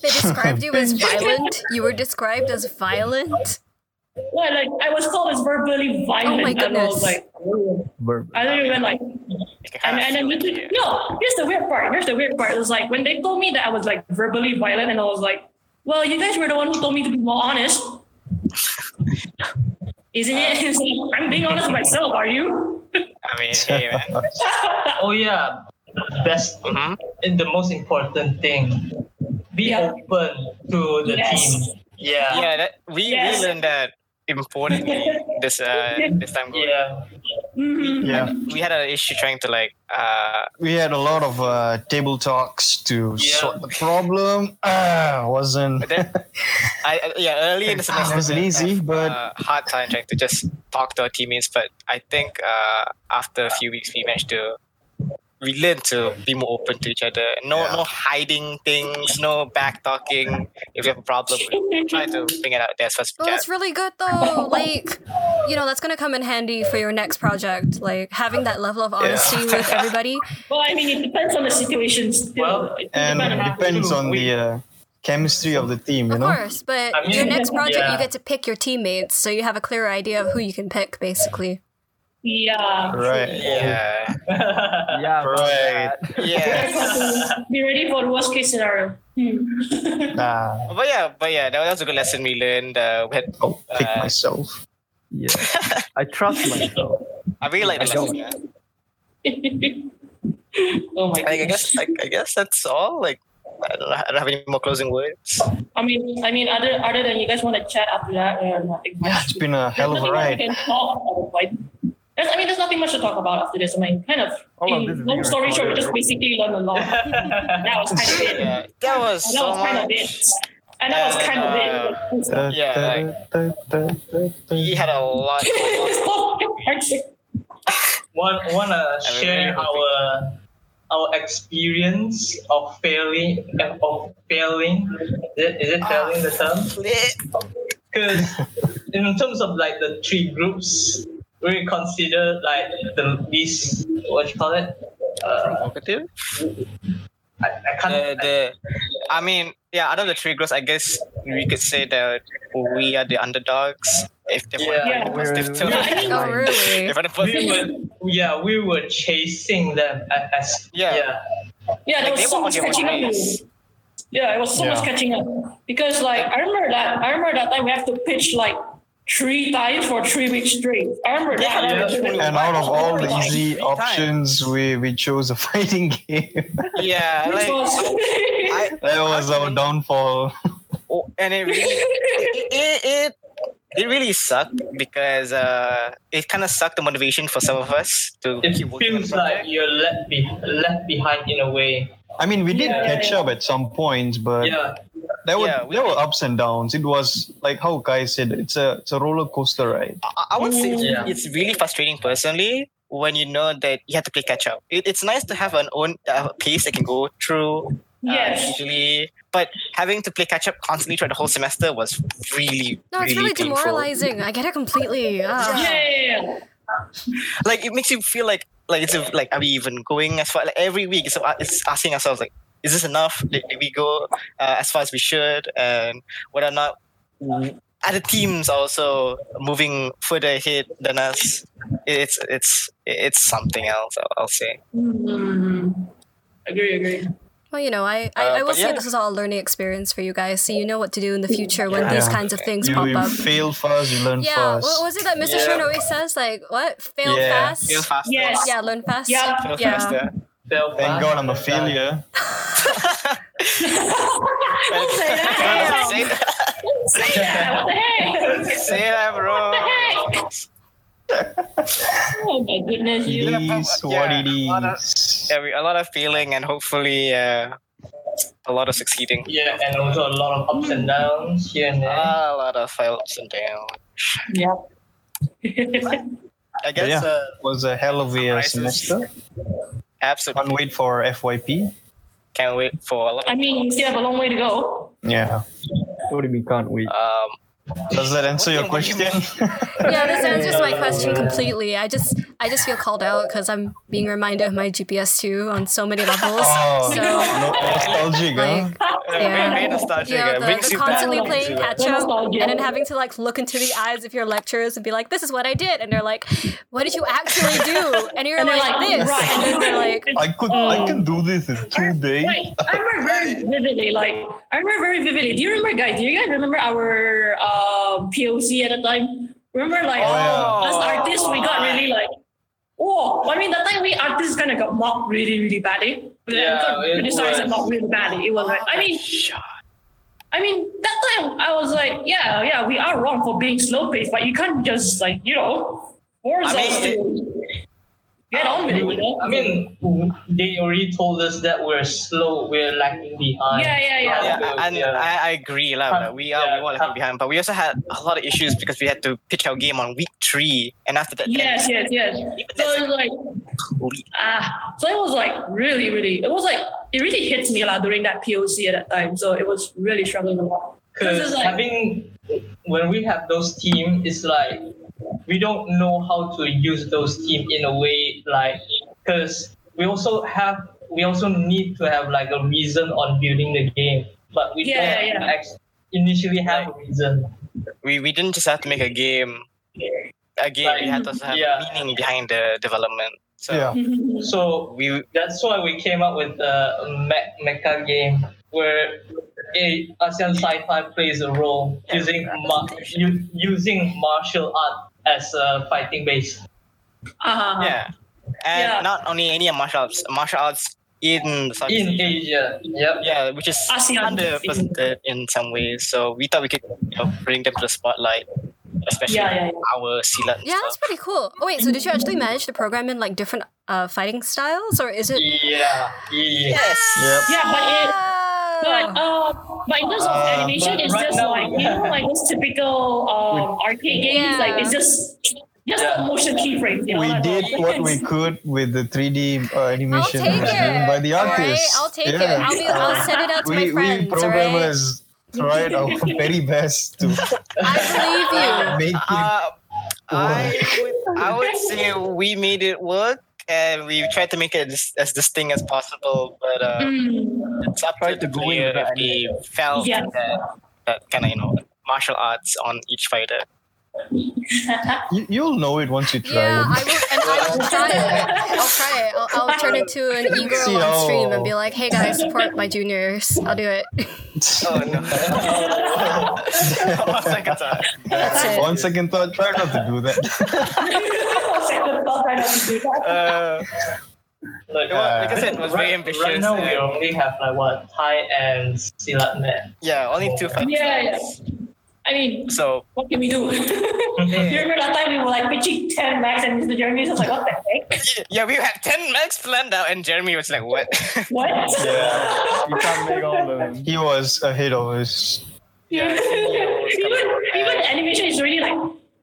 [SPEAKER 1] described you as violent. You were described as violent.
[SPEAKER 6] [laughs] well, like I was called as verbally violent.
[SPEAKER 1] Oh my
[SPEAKER 6] And I was
[SPEAKER 1] goodness.
[SPEAKER 6] like, oh,
[SPEAKER 7] Verb.
[SPEAKER 6] I don't even like
[SPEAKER 5] You can
[SPEAKER 6] And,
[SPEAKER 5] kinda
[SPEAKER 6] and then
[SPEAKER 5] feel
[SPEAKER 6] we
[SPEAKER 5] it
[SPEAKER 6] did,
[SPEAKER 5] here.
[SPEAKER 6] no, here's the weird part. Here's the weird part. It was like when they told me that I was like verbally violent, and I was like, well, you guys were the one who told me to be more honest. [laughs] Isn't it? [laughs] It's like, I'm being honest with myself, are you?
[SPEAKER 5] I mean, hey, man.
[SPEAKER 3] Uh-huh.
[SPEAKER 4] Oh yeah, that's
[SPEAKER 5] Mhm.
[SPEAKER 3] Mm-hmm.
[SPEAKER 4] and the most important thing. Be
[SPEAKER 6] Yeah.
[SPEAKER 4] open to the
[SPEAKER 6] Yes.
[SPEAKER 4] team. Yeah.
[SPEAKER 5] Yeah, that, we,
[SPEAKER 6] Yes.
[SPEAKER 5] we learned that importantly this uh, this time. going.
[SPEAKER 4] Yeah.
[SPEAKER 6] Mhm.
[SPEAKER 8] Yeah,
[SPEAKER 5] We had an issue trying to like uh,
[SPEAKER 8] we had a lot of uh, table talks to
[SPEAKER 4] Yeah.
[SPEAKER 8] sort the problem. Ah, wasn't [laughs]
[SPEAKER 5] then I I- yeah early in the semester
[SPEAKER 8] wasn't
[SPEAKER 5] I
[SPEAKER 8] easy,
[SPEAKER 5] had,
[SPEAKER 8] but-
[SPEAKER 5] uh, hard time trying to just talk to our teammates. But I think uh, after a few weeks, we managed to we learned to be more open to each other. No
[SPEAKER 8] Yeah.
[SPEAKER 5] no hiding things, no back talking. If we have a problem, we try to bring it out there as fast as
[SPEAKER 1] Well,
[SPEAKER 5] we
[SPEAKER 1] that's really good though. Like, you know, that's gonna come in handy for your next project. Like having that level of honesty with everybody.
[SPEAKER 6] [laughs] Well, I mean, it depends on the situation. Still.
[SPEAKER 4] Well,
[SPEAKER 6] It
[SPEAKER 8] and
[SPEAKER 6] depends on
[SPEAKER 8] it
[SPEAKER 6] how-
[SPEAKER 8] depends on the uh, chemistry of the team, [laughs] you
[SPEAKER 1] Of
[SPEAKER 8] know.
[SPEAKER 1] course, but
[SPEAKER 4] I mean,
[SPEAKER 1] your next project
[SPEAKER 4] yeah.
[SPEAKER 1] you get to pick your teammates, so you have a clearer idea of who you can pick, basically.
[SPEAKER 6] Yeah.
[SPEAKER 8] Right.
[SPEAKER 5] can. Yeah.
[SPEAKER 4] [laughs]
[SPEAKER 7] Yeah. about
[SPEAKER 8] Right.
[SPEAKER 7] that.
[SPEAKER 5] Yeah.
[SPEAKER 6] Be ready for the worst case scenario. Hmm. [laughs]
[SPEAKER 8] Nah,
[SPEAKER 5] But yeah, but yeah, that was a good lesson we learned. Uh, we had,
[SPEAKER 8] Ah, I'll pick
[SPEAKER 5] Uh,
[SPEAKER 8] myself.
[SPEAKER 7] Yeah. I
[SPEAKER 6] [laughs]
[SPEAKER 7] trust myself.
[SPEAKER 5] I really like the
[SPEAKER 7] I don't.
[SPEAKER 5] lesson. yeah.
[SPEAKER 6] oh my
[SPEAKER 5] I
[SPEAKER 6] goodness.
[SPEAKER 5] guess, I, I guess that's all. Like, I don't, know, I don't have any more closing words.
[SPEAKER 6] I mean, I mean, other other than you guys want to chat after that, uh, nothing. much.
[SPEAKER 8] Yeah, it's been a hell of a
[SPEAKER 6] There's nothing
[SPEAKER 8] ride.
[SPEAKER 6] much we can talk about, right? There's, I mean, there's nothing much to talk about after this. I mean, kind of.
[SPEAKER 7] All of
[SPEAKER 6] in
[SPEAKER 7] this is
[SPEAKER 6] long
[SPEAKER 7] being
[SPEAKER 6] story short, we just
[SPEAKER 7] recorded.
[SPEAKER 6] basically
[SPEAKER 8] [laughs]
[SPEAKER 6] learned a lot. that was kind of it.
[SPEAKER 5] Yeah, that was
[SPEAKER 6] And that
[SPEAKER 5] so
[SPEAKER 6] was kind
[SPEAKER 5] much. uh,
[SPEAKER 6] of it. And that was kind of it.
[SPEAKER 5] Yeah, He had a [laughs] lot.
[SPEAKER 6] It's so hectic.
[SPEAKER 4] Want wanna
[SPEAKER 5] I mean,
[SPEAKER 4] share
[SPEAKER 5] maybe we'll
[SPEAKER 4] our our experience of failing of failing. Is it, is it failing the term? because in terms of like the three groups, we consider like the least what you call it. Uh,
[SPEAKER 5] Provocative.
[SPEAKER 4] I, I can't.
[SPEAKER 5] The, the, I mean, yeah, out of the three groups, I guess we could say that we are the underdogs. If they want
[SPEAKER 4] Yeah.
[SPEAKER 5] to play the positive
[SPEAKER 7] We're-
[SPEAKER 5] tone.
[SPEAKER 1] Oh,
[SPEAKER 7] Right.
[SPEAKER 1] really?
[SPEAKER 4] [laughs]
[SPEAKER 5] [laughs] If they want to
[SPEAKER 4] we
[SPEAKER 5] play-
[SPEAKER 4] were, yeah, we were chasing them a- as
[SPEAKER 5] Yeah.
[SPEAKER 6] Yeah, there
[SPEAKER 5] Like, they
[SPEAKER 6] was
[SPEAKER 5] were
[SPEAKER 6] so
[SPEAKER 5] on
[SPEAKER 6] much
[SPEAKER 5] their own
[SPEAKER 6] catching up.
[SPEAKER 5] ways.
[SPEAKER 6] Yeah, it was so much
[SPEAKER 8] Yeah.
[SPEAKER 6] catching up because, like, I remember that. I remember that time we have to pitch like three times for three weeks straight. I remember that. I
[SPEAKER 4] Yeah.
[SPEAKER 6] remember that.
[SPEAKER 8] And out of all the
[SPEAKER 6] Like,
[SPEAKER 8] easy
[SPEAKER 5] Three
[SPEAKER 8] options, we, we chose a [laughs] fighting game.
[SPEAKER 5] yeah,
[SPEAKER 6] which
[SPEAKER 5] like,
[SPEAKER 6] was- [laughs]
[SPEAKER 5] I,
[SPEAKER 8] that was our downfall.
[SPEAKER 5] oh, and it really it, it, it, it really sucked because uh, it kind of sucked the motivation for some of us to
[SPEAKER 4] It
[SPEAKER 5] keep working. on the
[SPEAKER 4] feels like
[SPEAKER 5] project.
[SPEAKER 4] you're left be- left behind in a way.
[SPEAKER 8] I mean, we did
[SPEAKER 6] Yeah.
[SPEAKER 8] catch up at some points, but
[SPEAKER 4] Yeah,
[SPEAKER 8] there were
[SPEAKER 5] Yeah, we-
[SPEAKER 8] there were ups and downs. It was like how Kai said, it's a it's a roller coaster ride.
[SPEAKER 5] I, I would say
[SPEAKER 4] Yeah.
[SPEAKER 5] it's really frustrating personally when you know that you have to play catch up. It, it's nice to have an own uh, pace that can go through uh,
[SPEAKER 6] Yes.
[SPEAKER 5] usually, but having to play catch up constantly throughout the whole semester was really
[SPEAKER 1] No, it's really
[SPEAKER 5] really painful.
[SPEAKER 1] demoralizing. I get it completely. Ah.
[SPEAKER 6] Yeah.
[SPEAKER 5] Like it makes you feel like like it's a- like are we even going as far? Like every week, so uh, it's asking ourselves like, is this enough? Did, did we go uh, as far as we should? And whether or not other teams are also moving further ahead than us, it's it's it's something else. I'll- I'll say.
[SPEAKER 6] Mm. Agree, agree.
[SPEAKER 1] Well, you know, I, I,
[SPEAKER 5] Uh,
[SPEAKER 1] I will
[SPEAKER 5] but
[SPEAKER 1] say
[SPEAKER 5] yeah.
[SPEAKER 1] this is all a learning experience for you guys, so you know what to do in the future when these
[SPEAKER 8] Yeah.
[SPEAKER 1] kinds of things
[SPEAKER 8] You,
[SPEAKER 1] pop
[SPEAKER 8] you
[SPEAKER 1] up.
[SPEAKER 8] fail fast, you learn
[SPEAKER 1] Yeah,
[SPEAKER 8] fast.
[SPEAKER 1] what was it that Mr.
[SPEAKER 4] Yeah.
[SPEAKER 1] Shin always says? Like, what? Fail
[SPEAKER 8] Yeah.
[SPEAKER 1] fast?
[SPEAKER 5] Feel faster.
[SPEAKER 6] Yes.
[SPEAKER 1] Yeah, learn fast.
[SPEAKER 3] [laughs]
[SPEAKER 6] Yeah.
[SPEAKER 5] Feel
[SPEAKER 1] Yeah.
[SPEAKER 5] faster.
[SPEAKER 4] fell
[SPEAKER 8] Thank
[SPEAKER 4] fast.
[SPEAKER 8] God I'm a failure.
[SPEAKER 6] Don't say that.
[SPEAKER 5] say, that,
[SPEAKER 6] Don't say that. What the heck?
[SPEAKER 5] [laughs] say that, bro.
[SPEAKER 6] What the heck? Oh my goodness,
[SPEAKER 8] It
[SPEAKER 6] [laughs] you.
[SPEAKER 8] is what it
[SPEAKER 5] Yeah, a lot
[SPEAKER 8] is.
[SPEAKER 5] Yeah, we- a lot of feeling and hopefully uh, a lot of succeeding.
[SPEAKER 4] Yeah, and also a lot of ups and downs here and there.
[SPEAKER 6] Ah.
[SPEAKER 5] A lot of ups and downs.
[SPEAKER 6] Yeah.
[SPEAKER 5] I guess
[SPEAKER 8] Yeah.
[SPEAKER 5] uh,
[SPEAKER 8] It was a hell of a uh,
[SPEAKER 5] Surprises.
[SPEAKER 8] semester. Can't
[SPEAKER 5] absolutely
[SPEAKER 8] wait for FYP.
[SPEAKER 5] can't wait for a lot.
[SPEAKER 6] I mean, we still have a long way to go.
[SPEAKER 8] Yeah.
[SPEAKER 7] What do you mean can't wait?
[SPEAKER 5] Um,
[SPEAKER 3] Does that answer your
[SPEAKER 5] What do you
[SPEAKER 3] question? [laughs]
[SPEAKER 1] Yeah, this answers my question completely. I just I just feel called out because I'm being reminded of my GPS two on so many levels.
[SPEAKER 3] Oh,
[SPEAKER 5] [laughs]
[SPEAKER 1] So
[SPEAKER 3] no- nostalgic, huh?
[SPEAKER 1] like
[SPEAKER 5] yeah.
[SPEAKER 1] Yeah.
[SPEAKER 5] very nostalgic.
[SPEAKER 1] you know,
[SPEAKER 5] uh,
[SPEAKER 1] the,
[SPEAKER 5] brings
[SPEAKER 1] the
[SPEAKER 5] you back.
[SPEAKER 1] constantly
[SPEAKER 5] Brings you
[SPEAKER 1] playing
[SPEAKER 5] back.
[SPEAKER 1] catch up
[SPEAKER 6] Nostalgia.
[SPEAKER 1] and then having to like look into the eyes of your lecturers and be like, This is what I did and they're like, What did you actually do? And you're
[SPEAKER 6] And they're
[SPEAKER 1] like,
[SPEAKER 6] like,
[SPEAKER 1] this
[SPEAKER 6] right.
[SPEAKER 1] and then they're [laughs] like
[SPEAKER 3] I could I can do this in two days.
[SPEAKER 6] Oh. Wait, I remember very vividly. Like I remember very vividly. Do you remember, guys? Do you guys remember our um, POC at the time? Remember, like
[SPEAKER 3] Oh, yeah.
[SPEAKER 6] as artists, we got really like. Oh, I mean, that time we artists kind of got mocked really, really badly.
[SPEAKER 4] Yeah,
[SPEAKER 6] got
[SPEAKER 4] it
[SPEAKER 6] criticized and
[SPEAKER 4] was.
[SPEAKER 6] mocked really badly. It was like, I mean, I mean, that time I was like, yeah, yeah, we are wrong for being slow paced, but you can't just like, you know, force
[SPEAKER 5] I mean,
[SPEAKER 6] us to get on with it. You know?
[SPEAKER 4] I mean, they already told us that we're slow, we're lacking behind.
[SPEAKER 6] yeah, yeah, yeah.
[SPEAKER 5] Yeah,
[SPEAKER 4] Yeah.
[SPEAKER 5] and I, I agree, lah.
[SPEAKER 4] Huh.
[SPEAKER 5] like, we are we
[SPEAKER 4] Yeah,
[SPEAKER 5] were
[SPEAKER 4] huh.
[SPEAKER 5] left behind, but we also had a lot of issues because we had to pitch our game on week three, and after that,
[SPEAKER 6] Yes, yes, yes. So
[SPEAKER 5] that's
[SPEAKER 6] it was like
[SPEAKER 5] complete-
[SPEAKER 6] ah, so it was like really, really. It was like it really hits me a lot during that POC at that time. So it was really struggling a lot.
[SPEAKER 4] Because
[SPEAKER 6] Because, like-
[SPEAKER 4] having when we have those team, it's like we don't know how to use those team in a way like because we also have we also need to have like a reason on building the game, but we
[SPEAKER 6] Yeah,
[SPEAKER 4] don't
[SPEAKER 6] yeah, yeah.
[SPEAKER 4] act- initially have a reason.
[SPEAKER 5] we we didn't just have to make a game. A game we had to also have
[SPEAKER 4] Yeah.
[SPEAKER 5] meaning behind the development. So
[SPEAKER 3] Yeah.
[SPEAKER 4] So
[SPEAKER 5] we
[SPEAKER 1] Uh-huh.
[SPEAKER 4] that's why we came up with the me- mecha game where a ASEAN sci-fi plays a role using ma- u- using martial art as a fighting base.
[SPEAKER 6] Uh,
[SPEAKER 5] yeah, and
[SPEAKER 6] Yeah.
[SPEAKER 5] not only any martial arts, martial arts in Southeast
[SPEAKER 4] In
[SPEAKER 5] Asia.
[SPEAKER 4] Asia, yep.
[SPEAKER 5] Yeah, which is
[SPEAKER 6] ASEAN.
[SPEAKER 5] underrepresented in some ways. So we thought we could you know, bring them to the spotlight, especially
[SPEAKER 6] Yeah, yeah,
[SPEAKER 5] our silat. and
[SPEAKER 1] Yeah, that's
[SPEAKER 5] stuff.
[SPEAKER 1] pretty cool. Oh wait, so did you actually manage to program in like different uh, fighting styles or is it
[SPEAKER 4] Yeah, yeah.
[SPEAKER 5] yes.
[SPEAKER 3] Yep.
[SPEAKER 6] yeah, but it. But
[SPEAKER 1] Oh.
[SPEAKER 6] uh, but in terms of
[SPEAKER 3] Uh,
[SPEAKER 6] animation,
[SPEAKER 4] but
[SPEAKER 6] it's
[SPEAKER 4] right
[SPEAKER 6] just
[SPEAKER 4] now-
[SPEAKER 6] like you know, like those typical um, arcade games.
[SPEAKER 1] Yeah.
[SPEAKER 6] Like it's just just
[SPEAKER 4] Yeah.
[SPEAKER 6] the motion keyframes. You know,
[SPEAKER 3] We
[SPEAKER 6] like,
[SPEAKER 3] did what
[SPEAKER 6] [laughs]
[SPEAKER 3] we could with the 3D uh, animation that was given by the
[SPEAKER 1] All right,
[SPEAKER 3] artists.
[SPEAKER 1] I'll take
[SPEAKER 3] Yeah.
[SPEAKER 1] it. I'll, be, I'll send it out to my
[SPEAKER 3] we,
[SPEAKER 1] friends.
[SPEAKER 3] we
[SPEAKER 1] all right?
[SPEAKER 3] programmers tried
[SPEAKER 1] [laughs]
[SPEAKER 3] our very best to
[SPEAKER 1] I believe you.
[SPEAKER 3] make it.
[SPEAKER 5] Uh, I would, I would
[SPEAKER 6] [laughs]
[SPEAKER 5] say we made it work. And we tried to make it as, as distinct as possible, but uh,
[SPEAKER 6] Mm,
[SPEAKER 5] it's up
[SPEAKER 7] Tried to
[SPEAKER 5] to the
[SPEAKER 7] go in
[SPEAKER 5] player
[SPEAKER 7] with
[SPEAKER 5] if they felt
[SPEAKER 6] Yeah.
[SPEAKER 5] that, that kind of you know martial arts on each fighter.
[SPEAKER 3] You, you'll know it once you try
[SPEAKER 1] Yeah, I
[SPEAKER 3] it.
[SPEAKER 1] will, and I will try it.
[SPEAKER 6] [laughs]
[SPEAKER 1] I'll try it. I'll, I'll turn into an e-girl on stream and be like, "Hey guys, support my juniors. I'll
[SPEAKER 8] [laughs]
[SPEAKER 1] do it."
[SPEAKER 5] Oh no!
[SPEAKER 3] [laughs]
[SPEAKER 5] One [laughs] second time.
[SPEAKER 1] That's it.
[SPEAKER 3] One second thought, try not to
[SPEAKER 8] [laughs]
[SPEAKER 3] do that.
[SPEAKER 6] second thought, I don't do that.
[SPEAKER 5] Uh,
[SPEAKER 4] Look, uh,
[SPEAKER 5] it was, like I said, it was very
[SPEAKER 4] right,
[SPEAKER 5] ambitious.
[SPEAKER 4] Right now, we
[SPEAKER 5] and-
[SPEAKER 4] only have like what Thai and Silat Net.
[SPEAKER 5] Yeah, only two fights.
[SPEAKER 6] Yeah, yeah. I mean,
[SPEAKER 5] So
[SPEAKER 6] what can we do? [laughs] you remember that time we were like pitching 10 max and Mr. Jeremy was like, what the heck?
[SPEAKER 5] yeah, we had ten max planned out, and Jeremy was like, "What?" [laughs]
[SPEAKER 6] What? [laughs]
[SPEAKER 3] Yeah.
[SPEAKER 7] You can't make all of them.
[SPEAKER 3] He was ahead of us.
[SPEAKER 6] [laughs]
[SPEAKER 5] Yeah,
[SPEAKER 6] even, even animation is really like,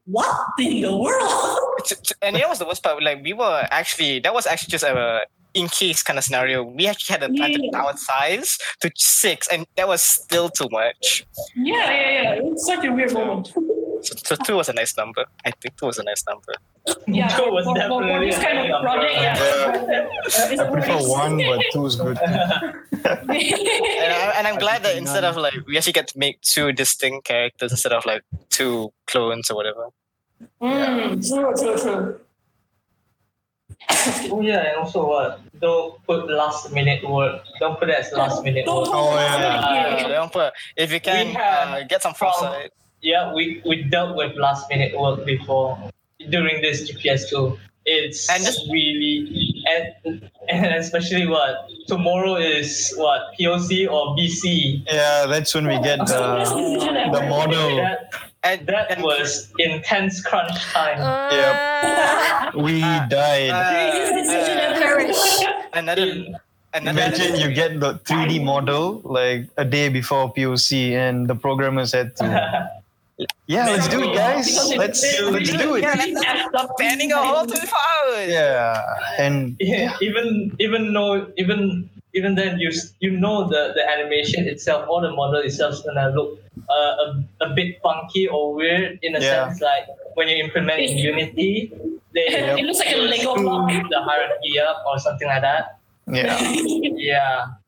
[SPEAKER 6] what in the world?
[SPEAKER 5] T- t- and you know what's the worst part? Like we were actually that was actually just a in case kind of scenario. We actually had to plan to
[SPEAKER 6] Yeah.
[SPEAKER 5] our size to six, and that was still too much.
[SPEAKER 6] yeah, yeah, [laughs] yeah. It's such a weird moment.
[SPEAKER 5] So, so two was a nice number. I think two was a nice number.
[SPEAKER 6] Yeah,
[SPEAKER 4] Two was
[SPEAKER 6] for, for- for
[SPEAKER 4] definitely
[SPEAKER 6] this kind
[SPEAKER 4] a
[SPEAKER 6] of project, yeah. It's
[SPEAKER 3] I
[SPEAKER 6] a
[SPEAKER 3] prefer
[SPEAKER 6] weird-
[SPEAKER 3] one, but two is good.
[SPEAKER 5] And, I, and I'm glad that
[SPEAKER 7] think
[SPEAKER 5] instead of like we actually get to make two distinct characters instead of like two clones or whatever.
[SPEAKER 6] [laughs] Mm, true, true, true.
[SPEAKER 4] Oh yeah, and also what? Don't put last minute work. Don't put it as last minute
[SPEAKER 6] Don't
[SPEAKER 4] work.
[SPEAKER 6] talk
[SPEAKER 3] Oh,
[SPEAKER 6] about
[SPEAKER 4] yeah.
[SPEAKER 6] it.
[SPEAKER 5] Uh, don't put- if you can
[SPEAKER 4] have
[SPEAKER 5] uh, get some
[SPEAKER 4] from-
[SPEAKER 5] foresight.
[SPEAKER 4] Yeah, we, we dealt with last minute work before during this GPS tool. It's
[SPEAKER 5] And just-
[SPEAKER 4] really and, and especially what tomorrow is what POC or BC.
[SPEAKER 3] Yeah, that's when we get
[SPEAKER 6] Worst [laughs]
[SPEAKER 3] the,
[SPEAKER 6] decision
[SPEAKER 3] the
[SPEAKER 6] ever. [laughs]
[SPEAKER 3] model.
[SPEAKER 4] That
[SPEAKER 5] And
[SPEAKER 4] that
[SPEAKER 5] and-
[SPEAKER 4] was intense crunch time.
[SPEAKER 1] Uh,
[SPEAKER 3] We died.
[SPEAKER 6] Greatest decision
[SPEAKER 4] [laughs]
[SPEAKER 5] uh,
[SPEAKER 6] ever.
[SPEAKER 1] Perish.
[SPEAKER 5] another
[SPEAKER 4] In-
[SPEAKER 5] another
[SPEAKER 3] Imagine you get the 3D model like a day before POC, and the programmers had
[SPEAKER 6] [laughs]
[SPEAKER 3] to. Yeah, let's do it, guys. Let's let's do it.
[SPEAKER 5] banning a
[SPEAKER 6] [laughs]
[SPEAKER 5] whole 24 hours.
[SPEAKER 3] Yeah, and
[SPEAKER 4] [laughs] Yeah, even even though even even then you s- you know the the animation itself or the model itself is gonna look uh, a, a bit funky or weird in a
[SPEAKER 8] Yeah.
[SPEAKER 4] sense like when you implement in Unity, they
[SPEAKER 6] It looks like a Lego
[SPEAKER 5] Hmm.
[SPEAKER 6] block.
[SPEAKER 4] screw the hierarchy up or something like that.
[SPEAKER 8] Yeah.
[SPEAKER 4] Yeah.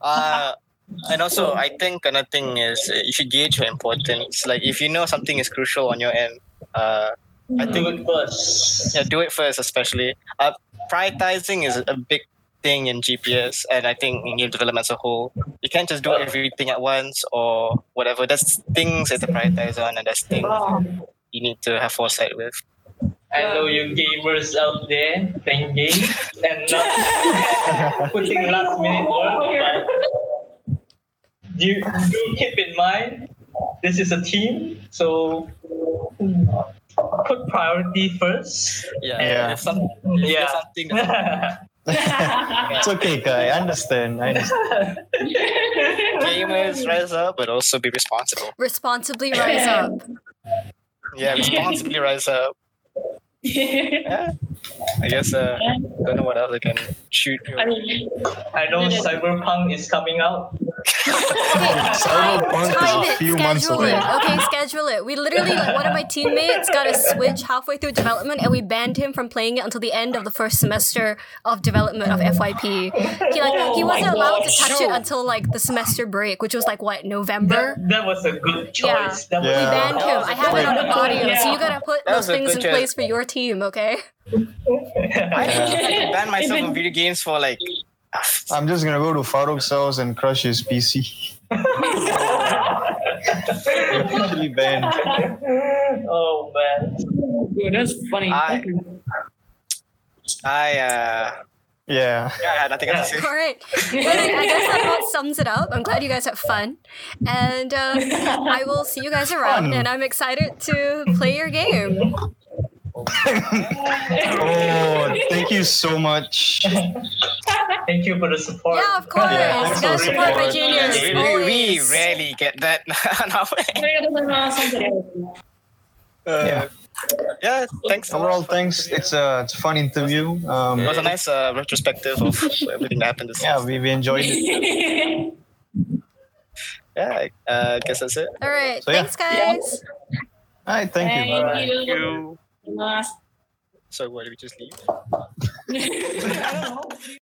[SPEAKER 5] Uh, [laughs] and also, I think another thing is uh, you should gauge your importance. Like, if you know something is crucial on your end, uh, I
[SPEAKER 6] [laughs]
[SPEAKER 4] Do
[SPEAKER 5] think
[SPEAKER 4] it first.
[SPEAKER 5] yeah, do it first, especially. Uh, prioritizing is a big thing in GPS, and I think in game development as a whole, you can't just do everything at once or whatever. There's things that to prioritize on, and there's things you need to have foresight with.
[SPEAKER 4] I know you gamers out there playing games
[SPEAKER 5] [laughs]
[SPEAKER 4] and not putting last minute work, but you do keep in mind this is a team, so put priority first. [laughs]
[SPEAKER 5] Yeah,
[SPEAKER 8] Yeah.
[SPEAKER 5] If some, if
[SPEAKER 4] Yeah.
[SPEAKER 5] there's something that
[SPEAKER 4] yeah.
[SPEAKER 8] It's okay, Kai. I understand. I understand.
[SPEAKER 5] gamers rise up, but also be responsible.
[SPEAKER 1] Responsibly rise up.
[SPEAKER 5] [laughs] Yeah, responsibly rise up. I guess uh, don't know what else I can shoot.
[SPEAKER 6] I mean,
[SPEAKER 4] I know Cyberpunk is coming out.
[SPEAKER 1] Okay, time,
[SPEAKER 8] [laughs] Cyberpunk is
[SPEAKER 1] time
[SPEAKER 8] a
[SPEAKER 1] it,
[SPEAKER 8] few months
[SPEAKER 1] schedule it.
[SPEAKER 8] away.
[SPEAKER 1] Okay, schedule it. We literally, like, one of my teammates got a Switch halfway through development and we banned him from playing it until the end of the first semester of development of FYP. He like he
[SPEAKER 6] Oh my
[SPEAKER 1] wasn't allowed to
[SPEAKER 6] gosh.
[SPEAKER 1] touch it until like the semester break, which was like what, November?
[SPEAKER 4] That, that was a good choice. That was
[SPEAKER 1] We
[SPEAKER 8] Yeah.
[SPEAKER 1] banned him. I have it on the audio, so you
[SPEAKER 6] Yeah.
[SPEAKER 1] gotta put
[SPEAKER 5] That
[SPEAKER 1] those
[SPEAKER 5] was a
[SPEAKER 1] things
[SPEAKER 5] good
[SPEAKER 1] in
[SPEAKER 5] choice.
[SPEAKER 1] place for your team,
[SPEAKER 5] [laughs]
[SPEAKER 1] okay?
[SPEAKER 5] I can [laughs] ban myself
[SPEAKER 6] Even-
[SPEAKER 5] from video games for like.
[SPEAKER 8] I'm just gonna go to Farouk's house and crush his [laughs] PC. Officially banned.
[SPEAKER 4] [laughs] Oh man.
[SPEAKER 6] dude, that's funny.
[SPEAKER 5] I- I uh,
[SPEAKER 8] Yeah. [laughs]
[SPEAKER 5] yeah, I had nothing else
[SPEAKER 1] [laughs]
[SPEAKER 5] to say.
[SPEAKER 1] All right. Well, I I guess that about sums it up. I'm glad you guys had fun. And uh,
[SPEAKER 4] [laughs]
[SPEAKER 1] I will see you guys around, and I'm excited to play your game.
[SPEAKER 8] Oh, thank you so much.
[SPEAKER 4] Thank you for the support.
[SPEAKER 1] Yeah,
[SPEAKER 4] [laughs]
[SPEAKER 1] of course.
[SPEAKER 8] Yeah,
[SPEAKER 1] you
[SPEAKER 8] thanks
[SPEAKER 1] gotta
[SPEAKER 8] for
[SPEAKER 1] support my
[SPEAKER 8] support.
[SPEAKER 1] juniors.
[SPEAKER 5] We, uh, we, we
[SPEAKER 1] always.
[SPEAKER 5] rarely get that [laughs] on our way. Uh,
[SPEAKER 8] Yeah.
[SPEAKER 5] Yeah, thanks.
[SPEAKER 8] Overall, thanks. It's a it's a fun interview.
[SPEAKER 5] It
[SPEAKER 8] Um,
[SPEAKER 5] was a nice uh, retrospective of [laughs] everything that happened this
[SPEAKER 8] yeah, we, we enjoyed it.
[SPEAKER 5] Yeah, uh, I guess that's it.
[SPEAKER 1] All right.
[SPEAKER 8] So, yeah.
[SPEAKER 1] Thanks, guys.
[SPEAKER 8] All right, thank you.
[SPEAKER 6] Thank you.
[SPEAKER 5] So, what do we just leave?